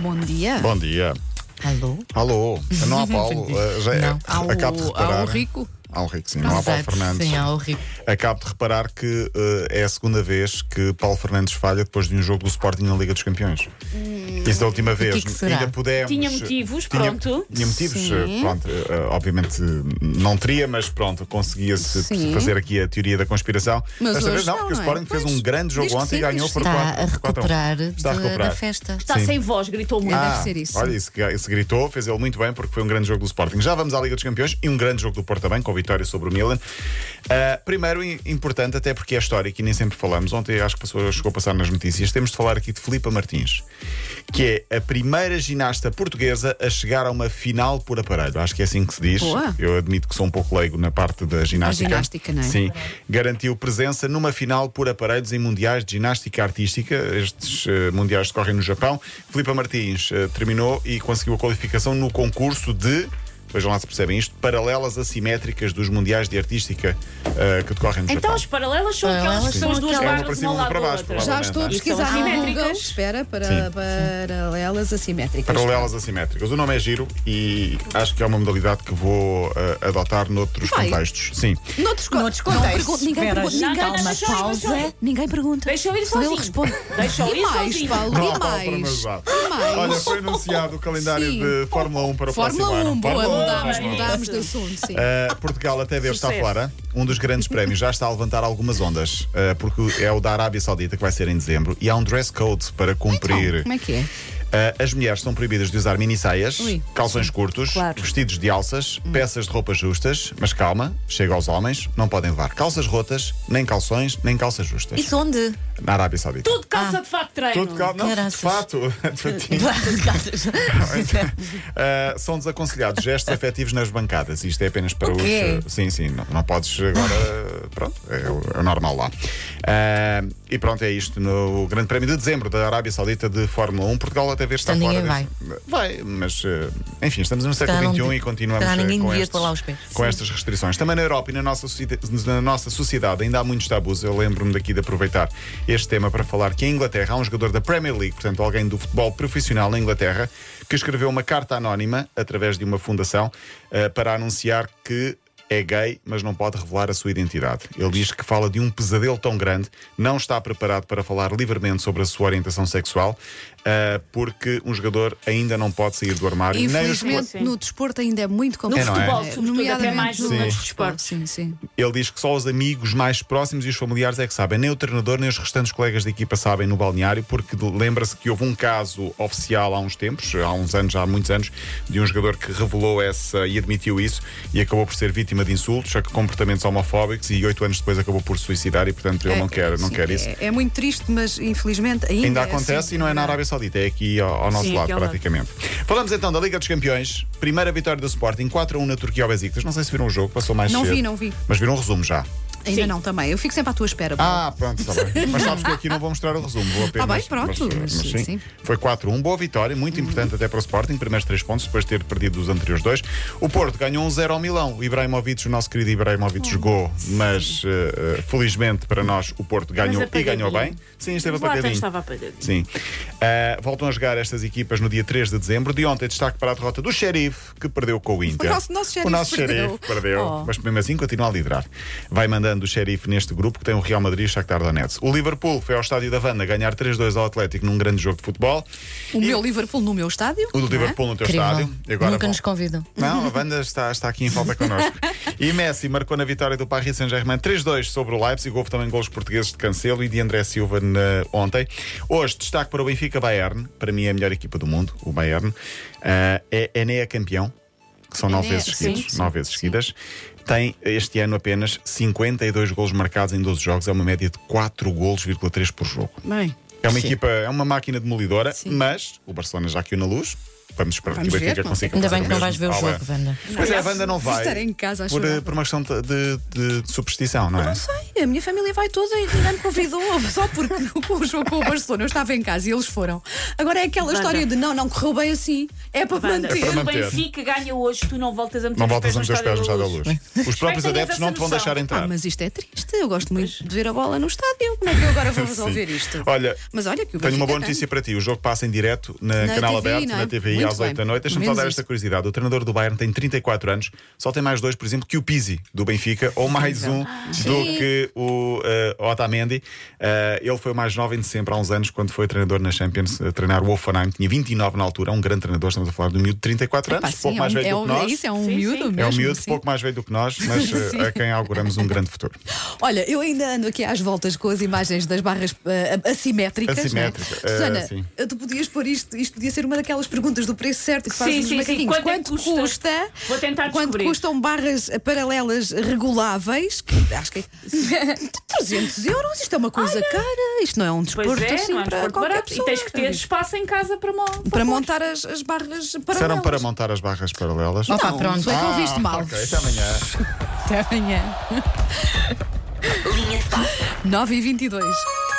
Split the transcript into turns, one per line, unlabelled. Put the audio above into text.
Bom dia.
Bom dia.
Alô?
Alô. Não há Paulo. eh, já é-
Não.
Ao,
Acabo de reparar.
ao rico.
Há o Rico, sim. Não há Paulo
Exato,
Fernandes.
Sim, ao rico.
Acabo de reparar que eh, é a segunda vez que Paulo Fernandes falha depois de um jogo do Sporting na Liga dos Campeões. Isso da última vez.
que será?
Ainda pudemos.
Tinha motivos,
Tinha-
pronto.
Tinha motivos,
Sim.
eh, pronto. eh, eh, obviamente eh, não teria, mas pronto, conseguia-se
Sim.
fazer aqui a teoria da conspiração.
Mas
Desta
hoje
vez não,
não,
porque o
não é?
Sporting fez
Pois,
um grande jogo
diz que
ontem
sim,
e ganhou
diz
por um.
que
Está
4
a recuperar, de- da festa.
Está
Sim.
sem voz, gritou muito.
Ah,
Ah,
Deve ser isso.
Olha, isso, isso gritou, fez ele muito bem, porque foi um grande jogo do Sporting. Já vamos à Liga dos Campeões e um grande jogo do Porto também, com vitória sobre o Milan. Ah, primeiro, i- importante, até porque é histórico e nem sempre falamos. Ontem acho que passou- chegou a passar nas notícias. Temos de falar aqui de Filipa Martins, que é a primeira ginasta portuguesa a chegar a uma final por aparelho. Acho que é assim que se diz.
Boa.
Eu admito que sou um pouco leigo na parte da ginástica.
ginástica, não é?
Sim. Garantiu presença numa final por aparelhos em mundiais de ginástica artística. Estes eh, mundiais decorrem no Japão. Filipa Martins eh, terminou e conseguiu a qualificação no concurso de. Vejam lá se percebem isto, paralelas assimétricas dos mundiais de artística eh, que decorrem no
Então
Japão.
as paralelas são
Paralelas
aquelas que são
são
as duas
aquelas-
barras
Sim,
uma ao
uma
lado
para
da
baixo,
outra.
para
Já
Provavelmente,
estou a
não é?
pesquisar
São
no
assimétricas.
Google. Espera, para,
Sim.
paralelas assimétricas.
Paralelas assimétricas. O nome é giro e acho que é uma modalidade que vou eh, adotar noutros
Vai.
contextos. Sim.
Noutros, co-
Noutros
Não
contextos.
pergunto, ninguém
Espera,
pergunta.
já
Ninguém,
calma,
deixa eu ir,
pausa.
deixa eu ir. Ninguém pergunta.
Deixa eu ir
Só ele
sozinho.
responde.
Deixa eu ir
E mais,
sozinho.
Paulo,
Não
e
há Paulo para me
mais.
ajudar.
E mais.
Olha, foi anunciado o calendário
Sim.
de Fórmula 1 para o próximo
Fórmula
ano.
1, boa,
Fórmula 1,
mudámos,
Fórmula 1.
mudámos de assunto, sim.
Uh, Portugal até deve estar
Sucesso.
fora. Um dos grandes prémios já está a levantar algumas ondas, uh, porque é o da Arábia Saudita que vai ser em dezembro e há um dress code para cumprir.
Então, como é que é?
Uh, as mulheres são proibidas de usar mini saias,
Ui.
calções curtos,
Claro.
vestidos de alças, peças de roupas justas, mas calma, chega aos homens, não podem levar calças rotas, nem calções, nem calças justas.
Isso onde?
Na Arábia Saudita.
Tudo calça de facto treino.
Ah. Tudo calma, não, de
Caraças.
fato. Tudo- Uh, são desaconselhados gestos afetivos nas bancadas. Isto é apenas para
O quê?
os. uh, Sim, sim, não, não podes agora. pronto, é, o- é o normal lá. Uh, e pronto, é isto no Grande Prémio de Dezembro da Arábia Saudita de Fórmula 1. Portugal até ver está
Então
fora.
ninguém
desse- Vai, mas uh, enfim, estamos no século
Será não
XXI
de-
e continuamos
será
uh,
ninguém
com,
devia
estes-
pôr lá os pés?
com estas restrições. Também na Europa e na nossa, sociedade- na nossa sociedade ainda há muitos tabus. Eu lembro-me daqui de aproveitar este tema para falar que em Inglaterra há um jogador da Premier League, portanto, alguém do futebol profissional na Inglaterra, que escreveu uma carta anónima através de uma fundação eh, para anunciar que. É gay, mas não pode revelar a sua identidade. Ele diz que fala de um pesadelo tão grande, não está preparado para falar livremente sobre a sua orientação sexual, eh, porque um jogador ainda não pode sair do armário. nem os
Infelizmente,
Sim.
no desporto ainda é muito
No
complicado.
É, não é?
futebol, sobretudo, até
Nomeadamente
mais do
no
que nos
Sim.
desportos.
Sim, sim.
Ele diz que só os amigos mais próximos e os familiares é que sabem. Nem o treinador, nem os restantes colegas de equipa sabem no balneário, porque de- lembra-se que houve um caso oficial há uns tempos, há uns anos, já há muitos anos, de um jogador que revelou essa e admitiu isso e acabou por ser vítima de insultos, a que comportamentos homofóbicos e oito anos depois acabou por se suicidar e, portanto, ele
É,
não quer, não
sim,
quer isso.
É, é muito triste, mas infelizmente ainda,
Ainda
é
acontece
assim.
e não é na Arábia Saudita, é aqui ao, ao nosso
Sim,
lado,
aqui ao lado.
praticamente. Falamos então da Liga dos Campeões, primeira vitória do Sporting, 4 a 1 na Turquia ao Besiktas. Não sei se viram o jogo, passou mais
Não
cedo.
vi, não vi.
Mas viram um resumo já.
Ainda
Sim.
não também. Eu fico sempre à tua espera. Paulo.
Ah, pronto, está bem. Mas sabes que eu aqui não vou mostrar o resumo, vou apenas.
Tá bem, pronto, mas sim.
Foi 4-1, boa vitória, muito importante até para o Sporting, primeiros 3 pontos, depois de ter perdido os anteriores dois. O Porto ganhou 1-0 ao Milão. O Ibrahimovic, o nosso querido Ibrahimovic,
Oh,
jogou, mas eh, eh, felizmente para nós o Porto ganhou e
apagadinho.
ganhou bem. Sim, esteve
Mas lá até
apagadinho.
estava apagadinho.
Sim. Eh, voltam a jogar estas equipas no dia 3 de dezembro. De ontem, destaque para a derrota do Xerife, que perdeu com o Inter.
O nosso- nosso Xerife
O nosso
perdeu.
Xerife perdeu.
Oh.
Mas mesmo assim continua a liderar. Vai mandando o xerife neste grupo que tem o Real Madrid e o Shakhtar Donetsk. O Liverpool foi ao estádio da Havana ganhar 3-2 ao Atlético num grande jogo de futebol.
o meu Liverpool no meu estádio.
O do
não é?
Liverpool no teu
Incrível.
estádio. E agora
Nunca
vão-
nos convidam.
Não, a Wanda está, está aqui em falta connosco. E Messi marcou na vitória do Paris Saint-Germain 3-2 sobre o Leipzig. Houve também golos portugueses de Cancelo e de André Silva na- ontem. Hoje, destaque para o Benfica-Bayern. Para mim é a melhor equipa do mundo, o Bayern. Ah, é Enéa campeão, que são nove
Ené,
vezes
sim,
seguidas.
sim,
Nove vezes seguidas. Tem este ano apenas 52 golos marcados em 12 jogos. É uma média de 4 golos,3 por jogo.
Bem.
É uma
Sim.
equipa, é uma máquina demolidora,
Sim.
mas o Barcelona já caiu na luz. Vamos esperar
Vamos
que o
ver,
Benfica
não
consiga
Ainda
fazer
bem que
o
não
mesmo
vais ver o
ao
jogo,
Leão.
Wanda.
Pois é, a
Não,
Wanda não vai.
estarei em casa a
por,
chorar.
por uma questão de, de- de superstição, não é?
Não sei, a minha família vai toda e ninguém me convidou, só porque com o jogo com o Barcelona eu estava em casa e eles foram. Agora é aquela
Wanda.
história de não, não correu bem assim, é para
Wanda,
manter.
É para
se o
manter.
Benfica ganha hoje, tu não voltas a meter
Não
os
voltas
pés
a meter os pés no estádio da luz. Os próprios
que tenhas
adeptos não te vão
essa noção.
deixar entrar.
Ah, mas isto é triste, eu gosto muito de ver a bola no estádio. Como é que eu agora vou
Sim.
resolver isto?
Olha,
mas olha que o
Tenho
Benfica
uma
é
boa
tem.
notícia para ti. O jogo passa em direto na,
Na
canal
TVI,
aberto,
não é?
na
Muito
TVI, às 8 da
bem.
noite. Deixa-me só
Menos
dar
isso.
esta curiosidade. O treinador do Bayern tem 34 anos, só tem mais dois, por exemplo, que o Pizzi do Benfica, ou
é.
mais um do que o eh, Otamendi. Eh, ele foi o mais jovem de sempre, há uns anos, quando foi treinador na Champions, a treinar o Wolfenheim. Tinha 29 na altura, é um grande treinador. Estamos a falar de um miúdo de 34
Pá,
anos,
sim,
pouco
é
mais
um-
velho
é
do
um-
que nós.
É isso, é um
Sim, sim.
miúdo mesmo.
É um miúdo
sim.
pouco mais velho do que nós, mas eh,
Sim.
a quem auguramos um grande futuro.
Olha, eu ainda ando aqui às voltas com as imagens das barras eh, assimétricas. não é?
Assimétrica, eh,
Susana,
sim.
tu podias pôr isto, isto podia ser uma daquelas perguntas do preço certo que fazem
Sim,
os
sim, sim.
macaquinhos.
Quanto é que custa? Vou tentar
Quanto
descobrir.
custam barras paralelas reguláveis? Que acho que 300 euros, isto é uma coisa cara, isto não é um desporto
Pois é,
assim
não é um
para
desporto
qualquer
barato.
pessoa.
E tens que ter espaço em casa para, mo-
Para
pôr.
montar as, as barras paralelas.
Serão um para montar as barras paralelas.
Opa,
Não,
pronto.
foi que Tá ouviste mal.
Ok, até amanhã.
Até amanhã.
Linha de passe.
9 e 22